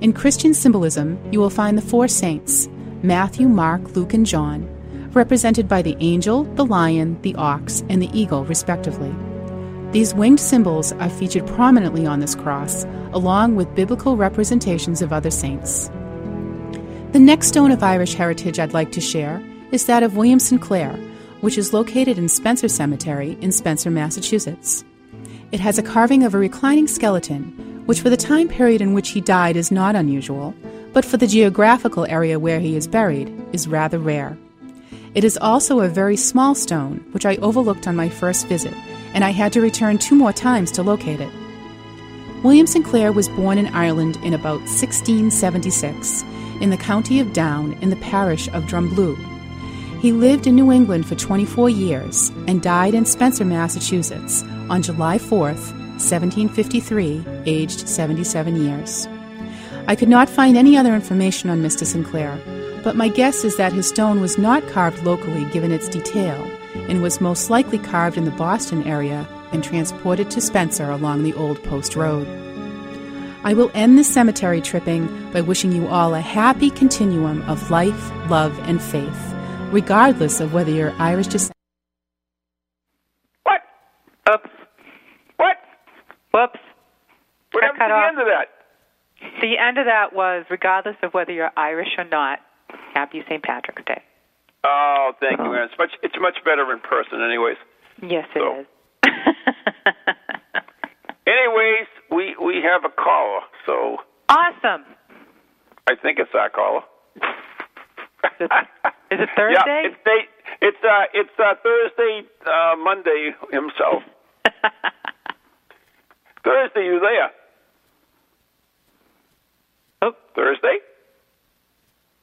S7: In Christian symbolism, you will find the four saints Matthew, Mark, Luke, and John, represented by the angel, the lion, the ox, and the eagle, respectively. These winged symbols are featured prominently on this cross, along with biblical representations of other saints. The next stone of Irish heritage I'd like to share is that of William Sinclair, which is located in Spencer Cemetery in Spencer, Massachusetts. It has a carving of a reclining skeleton, which for the time period in which he died is not unusual, but for the geographical area where he is buried is rather rare. It is also a very small stone, which I overlooked on my first visit, and I had to return two more times to locate it. William Sinclair was born in Ireland in about 1676 in the county of Down in the parish of Drumblue. He lived in New England for 24 years and died in Spencer, Massachusetts on July 4th, 1753, aged 77 years. I could not find any other information on Mr. Sinclair, but my guess is that his stone was not carved locally given its detail and was most likely carved in the Boston area and transported to Spencer along the Old Post Road. I will end this cemetery tripping by wishing you all a happy continuum of life, love, and faith, regardless of whether you're Irish descent.
S3: What?
S4: Oops.
S3: uh, What?
S4: Whoops.
S3: What
S4: Got
S3: happened to
S4: cut
S3: the
S4: off.
S3: end of that?
S4: The end of that was regardless of whether you're Irish or not, happy St. Patrick's Day.
S3: Oh, thank you, man. It's much it's much better in person, anyways.
S4: Yes, it is.
S3: Anyways, we we have a caller, so
S4: Awesome.
S3: I think it's our caller.
S4: Is it Thursday?
S3: Yeah, it's they, it's uh it's uh Thursday uh Monday himself. Thursday you there?
S4: Oh.
S3: Thursday?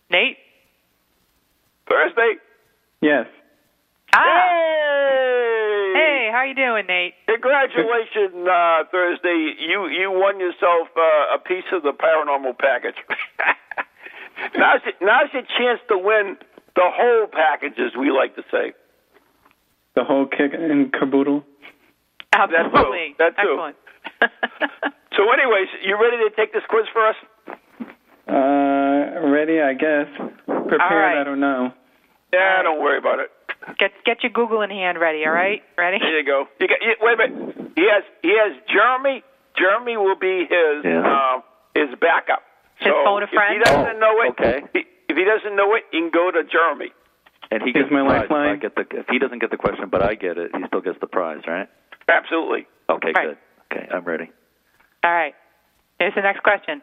S4: Nate?
S3: Thursday.
S13: Yes.
S4: Ah.
S3: Hey!
S4: Hey, how you doing, Nate?
S3: Congratulations, uh, Thursday. You you won yourself uh, a piece of the paranormal package. now's your, now's your chance to win the whole package, as we like to say.
S13: The whole kick and caboodle.
S4: Absolutely.
S3: That too.
S4: Excellent.
S3: so, anyways, you ready to take this quiz for us?
S13: Uh, ready, I guess. Prepared,
S4: All right.
S13: I don't know.
S3: Yeah, don't worry about it.
S4: Get get your Google in hand ready, all right? Ready?
S3: There you go. You got, you, wait a minute. He has he has Jeremy. Jeremy will be his uh, his backup.
S4: His
S3: so
S4: phone a
S3: If
S4: friend?
S3: he doesn't know it, he- if he doesn't know it, he can go to Jeremy.
S2: And he gets my lifeline. I get the, if he doesn't get the question, but I get it, he still gets the prize, right?
S3: Absolutely.
S2: Okay,
S4: Right.
S2: good. Okay, I'm ready.
S4: All right. Here's the next question.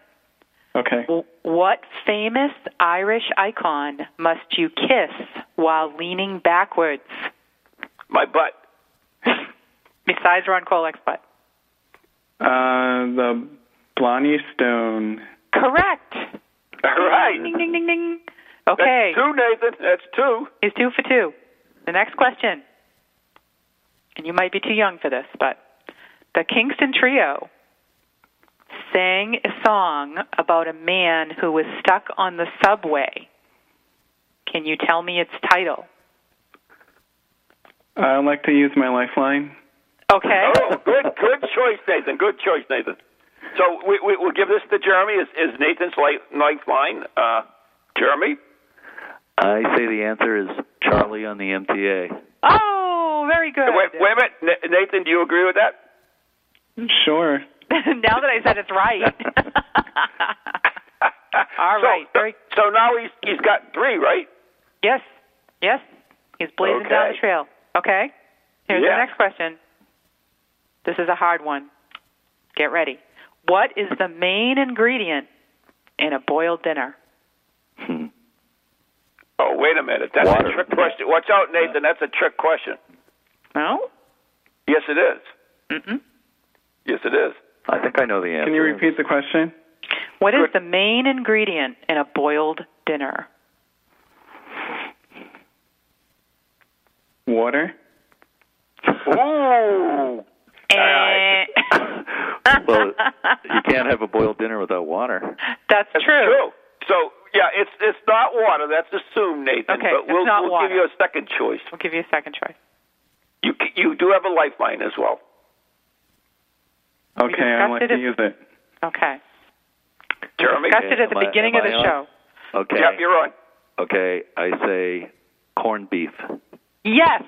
S13: Okay.
S4: What famous Irish icon must you kiss while leaning backwards?
S3: My butt.
S4: Besides Ron Kolek's butt.
S13: Uh, the Blondie Stone.
S4: Correct.
S3: All right.
S4: Ding ding ding ding. Okay.
S3: That's two, Nathan. That's two.
S4: He's two for two. The next question, and you might be too young for this, but the Kingston Trio sang a song about a man who was stuck on the subway. Can you tell me its title?
S7: I like to use my lifeline.
S4: Okay.
S3: Oh, good, good choice, Nathan. Good choice, Nathan. So we, we, we'll give this to Jeremy. Is, is Nathan's life, lifeline? Uh, Jeremy?
S2: I say the answer is Charlie on the MTA.
S4: Oh, very good.
S3: Wait, wait a minute. Na- Nathan, do you agree with that?
S7: Sure.
S4: now that I said it's right. All
S3: so,
S4: right. Very
S3: So now he's, he's got three, right?
S4: Yes. Yes. He's blazing down
S3: Okay.
S4: the trail. Okay. Here's
S3: Yeah.
S4: the next question. This is a hard one. Get ready. What is the main ingredient in a boiled dinner?
S3: Oh, wait a minute. That's a trick question. Watch out, Nathan. That's a trick question.
S4: No?
S3: Yes, it is.
S4: Mm-mm.
S3: Yes, it is.
S2: I think I know the answer.
S7: Can you repeat the question?
S4: What is the main ingredient in a boiled dinner?
S7: Water.
S3: Ooh.
S4: Oh, Eh,
S2: well, you can't have a boiled dinner without water.
S4: That's,
S3: true. So yeah, it's it's not water. That's assumed, Nathan.
S4: Okay,
S3: but
S4: it's
S3: we'll,
S4: not
S3: we'll
S4: water.
S3: give you a second choice.
S4: We'll give you a second choice.
S3: You c- you do have a lifeline as well.
S7: Okay, I
S4: discussed
S7: like
S4: it
S7: to
S4: at-
S7: use it.
S4: Okay.
S3: Jeremy?
S4: We discussed it at the
S2: Am I-
S4: beginning
S2: am
S4: of the
S2: I on?
S4: show.
S2: Okay.
S3: Yep, you're on.
S2: Okay, I say corned beef.
S4: Yes.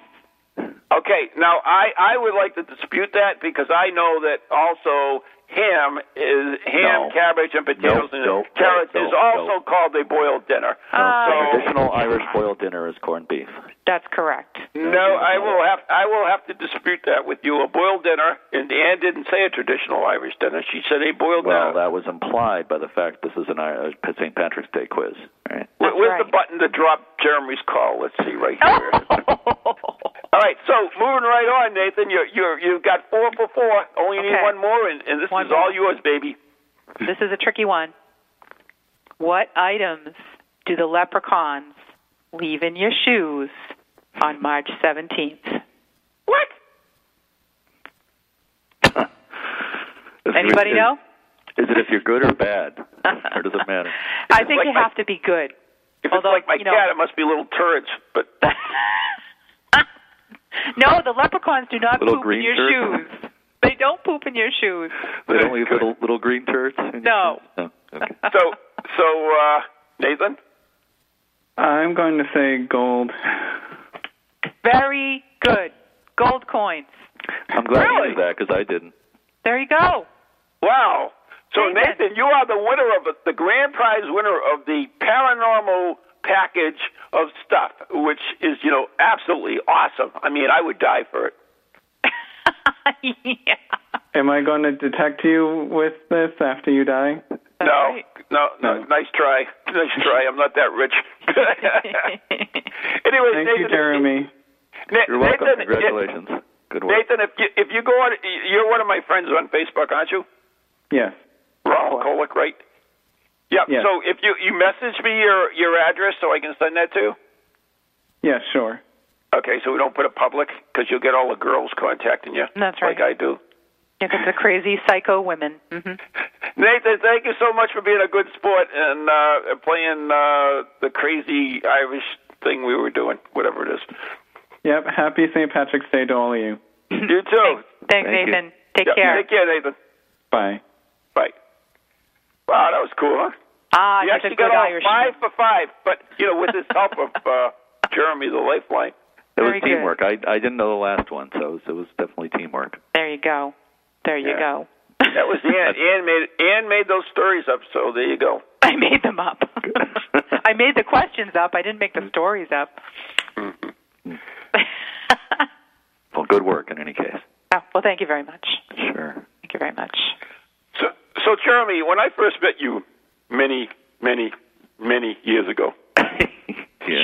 S3: Okay, now I I would like to dispute that because I know that also ham is ham,
S2: No.
S3: cabbage, and potatoes
S2: Nope,
S3: and
S2: nope,
S3: carrots
S2: nope,
S3: is
S2: nope,
S3: also called a boiled dinner.
S4: Oh.
S2: The
S3: so
S2: traditional Irish boiled dinner is corned beef.
S4: That's correct.
S3: no, I will have I will have to dispute that with you. A boiled dinner, and Anne didn't say a traditional Irish dinner. She said a boiled
S2: Well,
S3: dinner.
S2: that was implied by the fact this is an Ir- a St. Patrick's Day quiz. All right.
S3: Where- Where's the button to drop Jeremy's call? Let's see right here. All right, so moving right on, Nathan. You're you're you've got four for four. Only need
S4: Okay.
S3: one more, and, and this
S4: One
S3: is
S4: more.
S3: all yours, baby.
S2: Mm-hmm.
S4: This is a tricky one. What items do the leprechauns leave in your shoes on March 17th?
S3: What?
S4: Anybody
S2: is,
S4: know?
S2: Is it if you're good or bad, or does it matter?
S4: I think
S3: like
S4: you
S3: my-
S4: have to be good.
S3: If
S4: Although,
S3: it's like my
S4: you know-
S3: cat, it must be little turrets. But
S4: No, the leprechauns do not
S2: Little
S4: poop in
S2: green
S4: your
S2: turds?
S4: shoes. They don't poop in your shoes.
S2: They don't leave little little green turds. in your
S4: No.
S2: shoes? No. Okay.
S3: so so uh, Nathan.
S7: I'm going to say gold.
S4: Very good. Gold coins.
S2: I'm glad
S3: Really?
S2: you did that because I didn't.
S4: There you go.
S3: Wow. So
S4: Nathan.
S3: Nathan, you are the winner of the grand prize winner of the paranormal package of stuff, which is you know absolutely awesome. I mean, I would die for it.
S4: yeah.
S7: Am I going to detect you with this after you die?
S3: No, no, no, Nice try, nice try. I'm not that rich. anyway,
S7: Thank
S3: Nathan,
S7: you, Jeremy.
S3: Na-
S2: You're welcome.
S3: Nathan,
S2: Congratulations. Good
S3: If,
S2: work.
S3: Nathan, if you if you go on, you're one of my friends on Facebook, aren't you?
S7: Yes.
S3: Ronald Kolick, right? Yeah.
S7: Yes.
S3: So if you you message me your your address so I can send that to you.
S7: Yeah, sure.
S3: Okay, so we don't put it public because you'll get all the girls contacting you.
S4: That's right.
S3: Like I do.
S4: Because the crazy psycho women. hmm
S3: Nathan, thank you so much for being a good sport and uh, playing uh, the crazy Irish thing we were doing, whatever it is.
S7: Yep. Happy St. Patrick's Day to all of you.
S3: Oh, You too.
S4: Thanks,
S2: Thank you.
S4: Nathan. Take
S3: Yeah,
S4: care.
S3: Take care, Nathan.
S7: Bye.
S3: Bye. Wow, that was cool, huh?
S4: Ah,
S3: you
S4: you're the
S3: actually
S4: good
S3: got all
S4: Irishman.
S3: five for five, but you know, with this help of uh, Jeremy, the lifeline.
S2: it was
S4: very good.
S2: teamwork. I I didn't know the last one, so it was, it was definitely teamwork.
S4: There you go. There you
S3: Yeah.
S4: go.
S3: That was Ann. Ann made Ann made those stories up, so there you go.
S4: I made them up. I made the questions up. I didn't make the stories up.
S2: Well, good work in any case.
S4: oh, well, thank you very much.
S2: Sure.
S4: Thank you very much.
S3: So, so Jeremy, when I first met you, many, many, many years ago,
S4: Phew,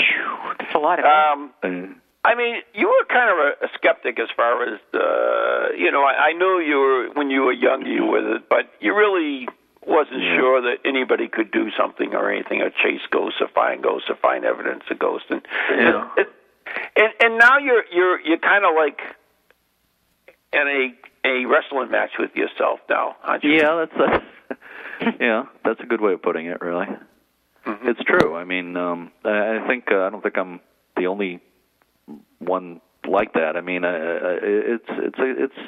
S4: That's a lot of.
S3: um,
S2: yeah.
S3: I mean, you were kind of a, a skeptic as far as uh, you know. I, I knew you were when you were young, you were, the- but you really wasn't
S2: Yeah.
S3: sure that anybody could do something or anything or chase ghosts or find ghosts or find evidence of ghosts. And
S2: Yeah.
S3: and, and and now you're you're you're kind of like in a a wrestling match with yourself now, aren't you?
S2: Yeah, that's a yeah, that's a good way of putting it, really. It's true. I mean, um, I I think uh, I don't think I'm the only one like that. I mean, uh, uh, it's it's it's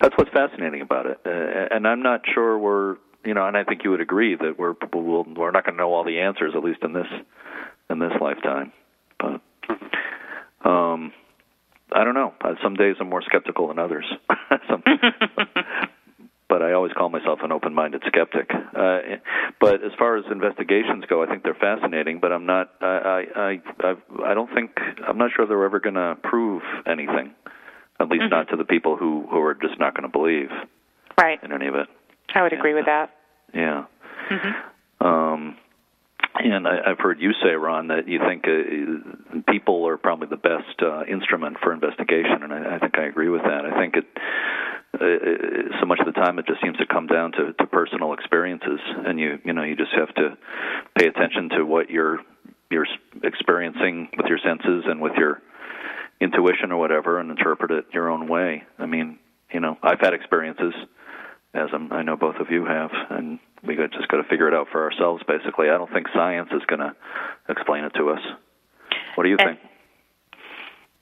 S2: that's what's fascinating about it, uh, and I'm not sure we're you know, and I think you would agree that we're we'll, we're not going to know all the answers at least in this in this lifetime. But um, I don't know. Uh, Some days I'm more skeptical than others. Some, but I always call myself an open-minded skeptic. Uh, but as far as investigations go, I think they're fascinating. But I'm not. I I I, I've- I don't think I'm not sure they're ever going to prove anything. At least not to the people who who are just not going to believe
S4: Right.
S2: in any of it.
S4: I would agree with that.
S2: Yeah.
S4: hmm
S2: Um, and I, I've heard you say, Ron, that you think uh, people are probably the best uh, instrument for investigation, and I, I think I agree with that. I think it uh, so much of the time it just seems to come down to, to personal experiences, and you you know you just have to pay attention to what you're you're experiencing with your senses and with your intuition or whatever, and interpret it your own way. I mean, you know, I've had experiences, as I'm, I know both of you have, and we got, just got to figure it out for ourselves. Basically, I don't think science is going to explain it to us. What do you think?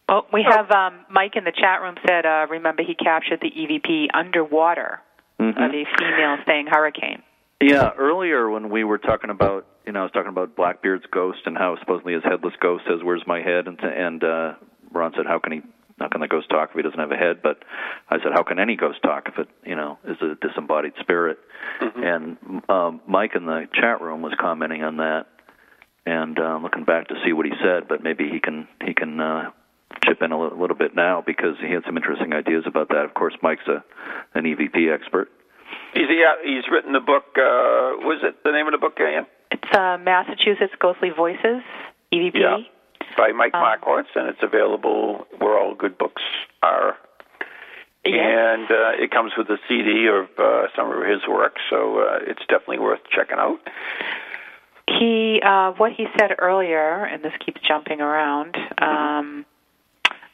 S4: Well, we
S2: Oh.
S4: have um, Mike in the chat room said, uh, remember he captured the EVP underwater
S2: Mm-hmm.
S4: of the female staying hurricane.
S2: Yeah, earlier when we were talking about, you know, I was talking about Blackbeard's ghost and how supposedly his headless ghost says, "Where's my head?" and and uh, Ron said, "How can he? How can the ghost talk if he doesn't have a head?" But I said, "How can any ghost talk if it, you know, is a disembodied spirit?" And um, Mike in the chat room was commenting on that, and uh, looking back to see what he said, but maybe he can he can uh, chip in a li- little bit now because he had some interesting ideas about that. Of course, Mike's a an EVP expert.
S3: He's yeah, he's written the book. Uh, was it the name of the book again?
S4: It's uh, Massachusetts Ghostly Voices, E EVP.
S3: Yeah, by Mike
S4: Um,
S3: Markowitz, and it's available where all good books are. And uh, it comes with a CD of uh, some of his work, so uh, it's definitely worth checking out.
S4: He, uh, what he said earlier, and this keeps jumping around. Um,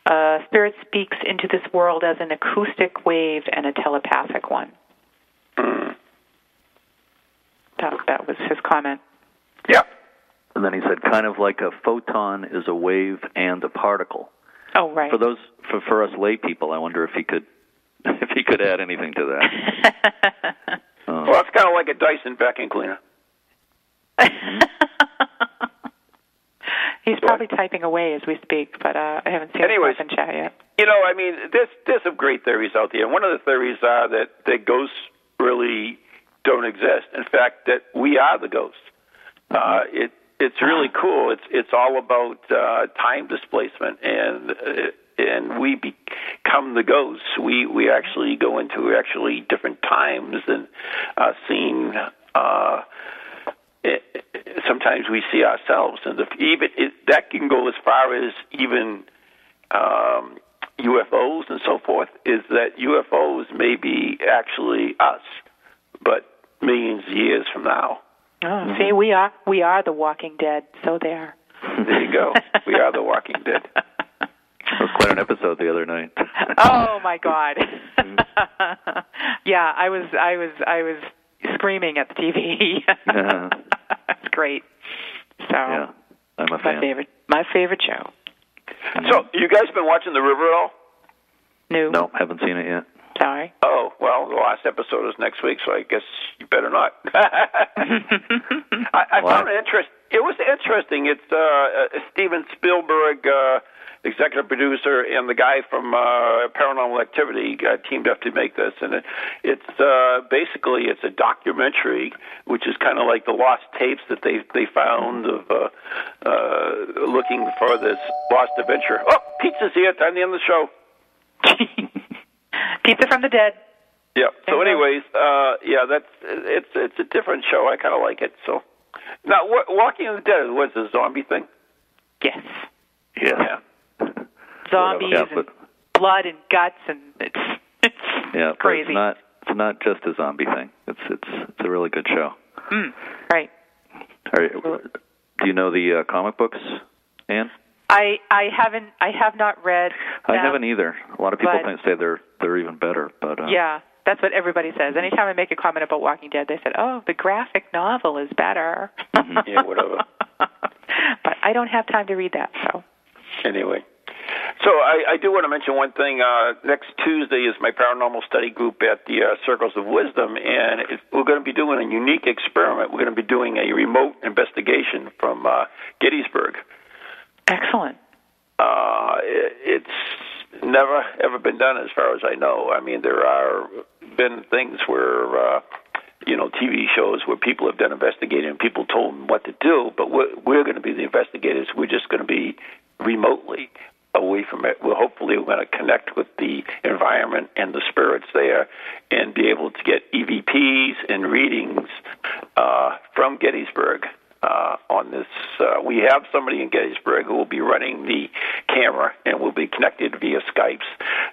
S4: uh, spirit speaks into this world as an acoustic wave and a telepathic one.
S2: Mm.
S4: That, that was his comment.
S3: Yeah.
S2: And then he said, kind of like a photon is a wave and a particle.
S4: Oh, right.
S2: For those, for, for us lay people, I wonder if he could, if he could add anything to that. Um,
S3: Well, it's kind of like a Dyson vacuum cleaner.
S4: Mm-hmm. He's probably typing away as we speak, but uh, I haven't seen
S3: Anyways.
S4: him in chat yet.
S3: You know, I mean, there's there's some great theories out there. One of the theories are that that ghosts really don't exist. In fact, that we are the ghosts. Uh, it it's really cool. It's it's all about uh, time displacement, and uh, and we become the ghosts. We we actually go into actually different times and uh, seeing. Uh, it, it- eh, sometimes we see ourselves, and the, even it, that can go as far as even um, UFOs and so forth is that UFOs may be actually us, but millions of years from now.
S4: Oh, see, we are we are the Walking Dead. So there.
S3: There you go. we are the Walking Dead.
S2: it was quite an episode the other night.
S4: Oh my God.
S3: Mm-hmm.
S4: yeah, I was I was I was screaming at the TV.
S2: Yeah,
S4: That's great. So
S2: Uh-huh. yeah, I'm a
S4: my
S2: fan.
S4: favorite my favorite show.
S3: So, you guys been watching The River at all?
S4: New.
S2: No, haven't seen it yet.
S4: Sorry.
S3: Oh, well, the last episode is next week, so I guess you better not. I, I found it interest. It was interesting. It's uh, uh, Steven Spielberg, uh, executive producer, and the guy from uh, Paranormal Activity uh, teamed up to make this, and it, it's uh, basically it's a documentary, which is kind of like the lost tapes that they they found of uh, uh, looking for this lost adventure. Oh, pizza's here! Time to end the show.
S4: Pizza from the Dead.
S3: Yeah. So, anyways, uh, yeah, that's it's it's a different show. I kind of like it. So, now Wa- Walking of the Dead was a zombie thing.
S4: Yes.
S2: Yeah,
S4: Zombies
S2: yeah,
S4: and
S2: but
S4: blood and guts and it's it's
S2: yeah, but
S4: crazy.
S2: it's not, it's not just a zombie thing. It's it's it's a really good show.
S4: Mm, right.
S2: Are, do you know the uh, comic books, Anne?
S4: I I haven't I have not read
S2: I
S4: them.
S2: haven't either. A lot of people
S4: but-
S2: think say they're they're even better, but uh,
S4: Yeah.
S11: That's what everybody says. Anytime I make a comment about Walking Dead, they said, "Oh, the graphic novel is better."
S3: yeah, whatever.
S11: But I don't have time to read that, so.
S3: anyway. So I, I do want to mention one thing. Uh, next Tuesday is my paranormal study group at the uh, Circles of Wisdom, and it, we're going to be doing a unique experiment. We're going to be doing a remote investigation from uh, Gettysburg.
S11: Excellent.
S3: Uh, it, it's never ever been done, as far as I know. I mean, there are been things where. Uh, you know, TV shows where people have done investigating and people told them what to do, but we're, we're going to be the investigators. We're just going to be remotely away from it. We're hopefully we're going to connect with the environment and the spirits there and be able to get EVPs and readings uh, from Gettysburg. Uh, on this, uh, we have somebody in Gettysburg who will be running the camera and will be connected via Skypes.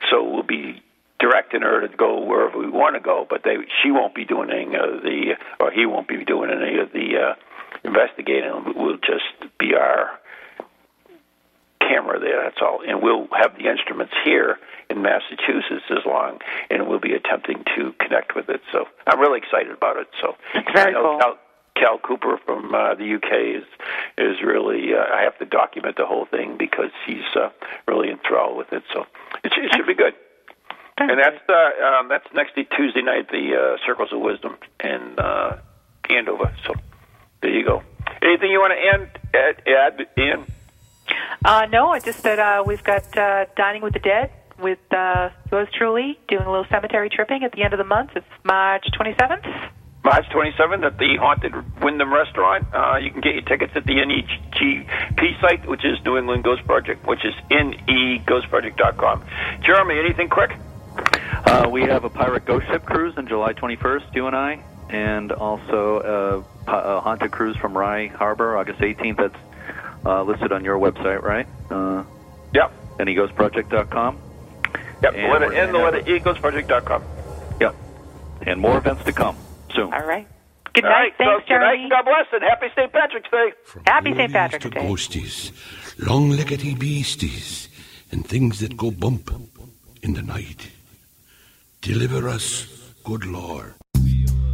S3: So we'll be directing her to go wherever we want to go, but they she won't be doing any of the or he won't be doing any of the uh, investigating. We'll just be our camera there. That's all, and we'll have the instruments here in Massachusetts as long, and we'll be attempting to connect with it. So I'm really excited about it. So
S11: very
S3: I know
S11: cool.
S3: Cal, Cal Cooper from uh, the UK is is really. Uh, I have to document the whole thing because he's uh, really enthralled with it. So it, sh- it should be good. And that's uh, um, that's next Tuesday night, the uh, Circles of Wisdom in uh, Andover. So there you go. Anything you want to end? Add, add Ian?
S11: Uh, no, I just said uh, we've got uh, Dining with the Dead with uh, yours truly doing a little cemetery tripping at the end of the month. It's March 27th.
S3: March 27th at the Haunted Wyndham Restaurant. Uh, you can get your tickets at the NEGP site, which is New England Ghost Project, which is E neghostproject.com. Jeremy, anything quick?
S2: Uh, we have a pirate ghost ship cruise on July 21st, you and I, and also a, pa- a haunted cruise from Rye Harbor, August 18th. That's uh, listed on your website, right? Uh,
S3: yep.
S2: AnyGhostProject.com.
S3: Yep.
S2: And
S3: letter
S2: we're
S3: N, the
S2: gonna-
S3: letter E, ghostproject.com.
S2: Yep. And more events to come soon.
S11: All right. Good
S3: All
S11: night.
S3: right,
S11: Thanks,
S3: folks, good
S11: Jeremy.
S3: God bless and happy St. Patrick's Day.
S11: Happy St. Patrick's Day.
S14: Ghosties, long leggedy beasties, and things that go bump in the night. Deliver us, good Lord.